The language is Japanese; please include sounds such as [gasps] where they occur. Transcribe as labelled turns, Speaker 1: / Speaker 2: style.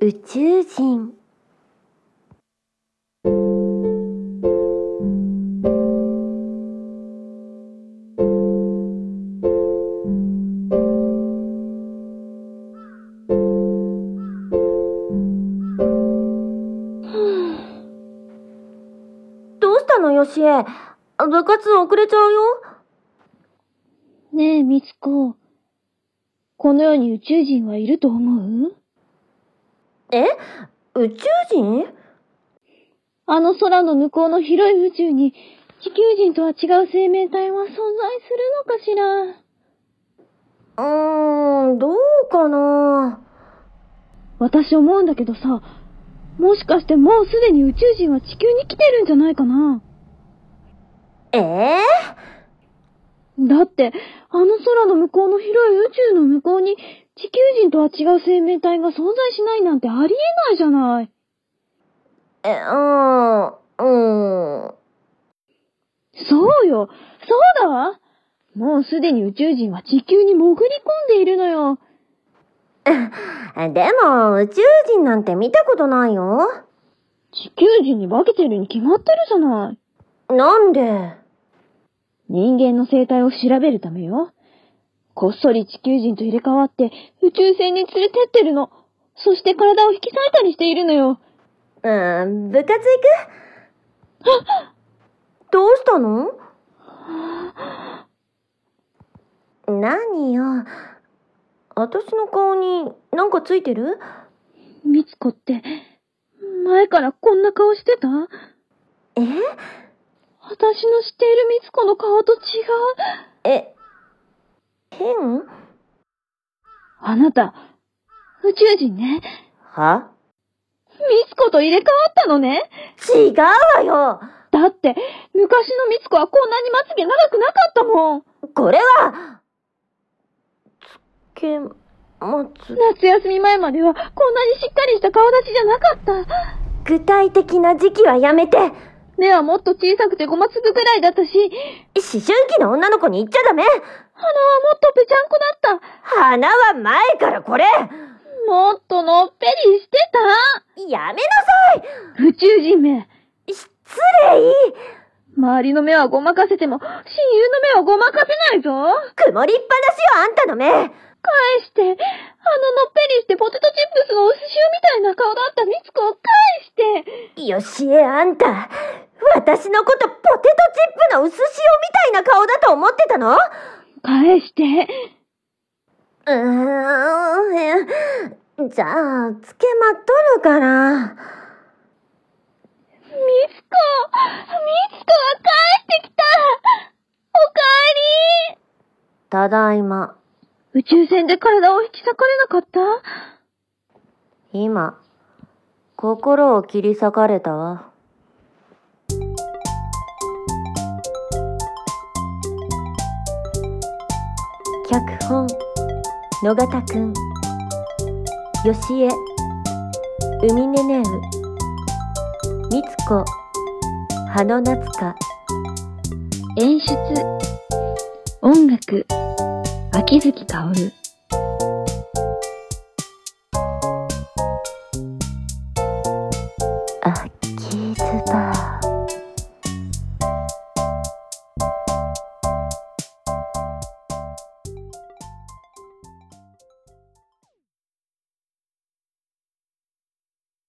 Speaker 1: 宇宙人どうしたのよしえ部活遅れちゃうよ
Speaker 2: ねえ、みつこ。この世に宇宙人はいると思う
Speaker 1: え宇宙人
Speaker 2: あの空の向こうの広い宇宙に、地球人とは違う生命体は存在するのかしら。
Speaker 1: うーんどうかな
Speaker 2: 私思うんだけどさ、もしかしてもうすでに宇宙人は地球に来てるんじゃないかな
Speaker 1: ええ
Speaker 2: だって、あの空の向こうの広い宇宙の向こうに、地球人とは違う生命体が存在しないなんてありえないじゃない。
Speaker 1: え、うん、うん。
Speaker 2: そうよそうだわもうすでに宇宙人は地球に潜り込んでいるのよ。
Speaker 1: でも、宇宙人なんて見たことないよ。
Speaker 2: 地球人に化けてるに決まってるじゃない。
Speaker 1: なんで
Speaker 2: 人間の生態を調べるためよ。こっそり地球人と入れ替わって宇宙船に連れてってるの。そして体を引き裂いたりしているのよ。
Speaker 1: うん、部活行く [gasps] どうしたの何よ。私の顔になんかついてる
Speaker 2: みつこって、前からこんな顔してた
Speaker 1: え
Speaker 2: 私の知っているみつこの顔と違う。
Speaker 1: え、変
Speaker 2: あなた、宇宙人ね。
Speaker 1: は
Speaker 2: みつこと入れ替わったのね。
Speaker 1: 違うわよ
Speaker 2: だって、昔のみつこはこんなにまつげ長くなかったもん。
Speaker 1: これはつけまつ
Speaker 2: 夏休み前まではこんなにしっかりした顔立ちじゃなかった。
Speaker 1: 具体的な時期はやめて
Speaker 2: 目はもっと小さくてごま粒くらいだったし、
Speaker 1: 思春期の女の子に言っちゃダメ
Speaker 2: 鼻はもっとぺちゃんこだった。
Speaker 1: 花は前からこれ
Speaker 2: もっとのっぺりして
Speaker 1: やめなさい
Speaker 2: た宇宙人め。
Speaker 1: 失礼
Speaker 2: 周りの目はごまかせても、親友の目はごまかせないぞ。
Speaker 1: 曇りっぱなしよあんたの目
Speaker 2: 返して、あののっぺりしてポテトチップスのお寿司みたいな顔だったみつこを返して。
Speaker 1: よしえあんた私のことポテトチップの薄塩みたいな顔だと思ってたの
Speaker 2: 返して。
Speaker 1: うーんじゃあつけまっとるから
Speaker 2: みつこ、みつこは帰ってきたおかえ
Speaker 1: ただいま
Speaker 2: り宇宙船で体を引き裂かれなかった
Speaker 1: 今心を切り裂かれたわ脚本野方くんよしえうみねねうみつこ葉のなつか
Speaker 2: 演出、音楽、秋月薫。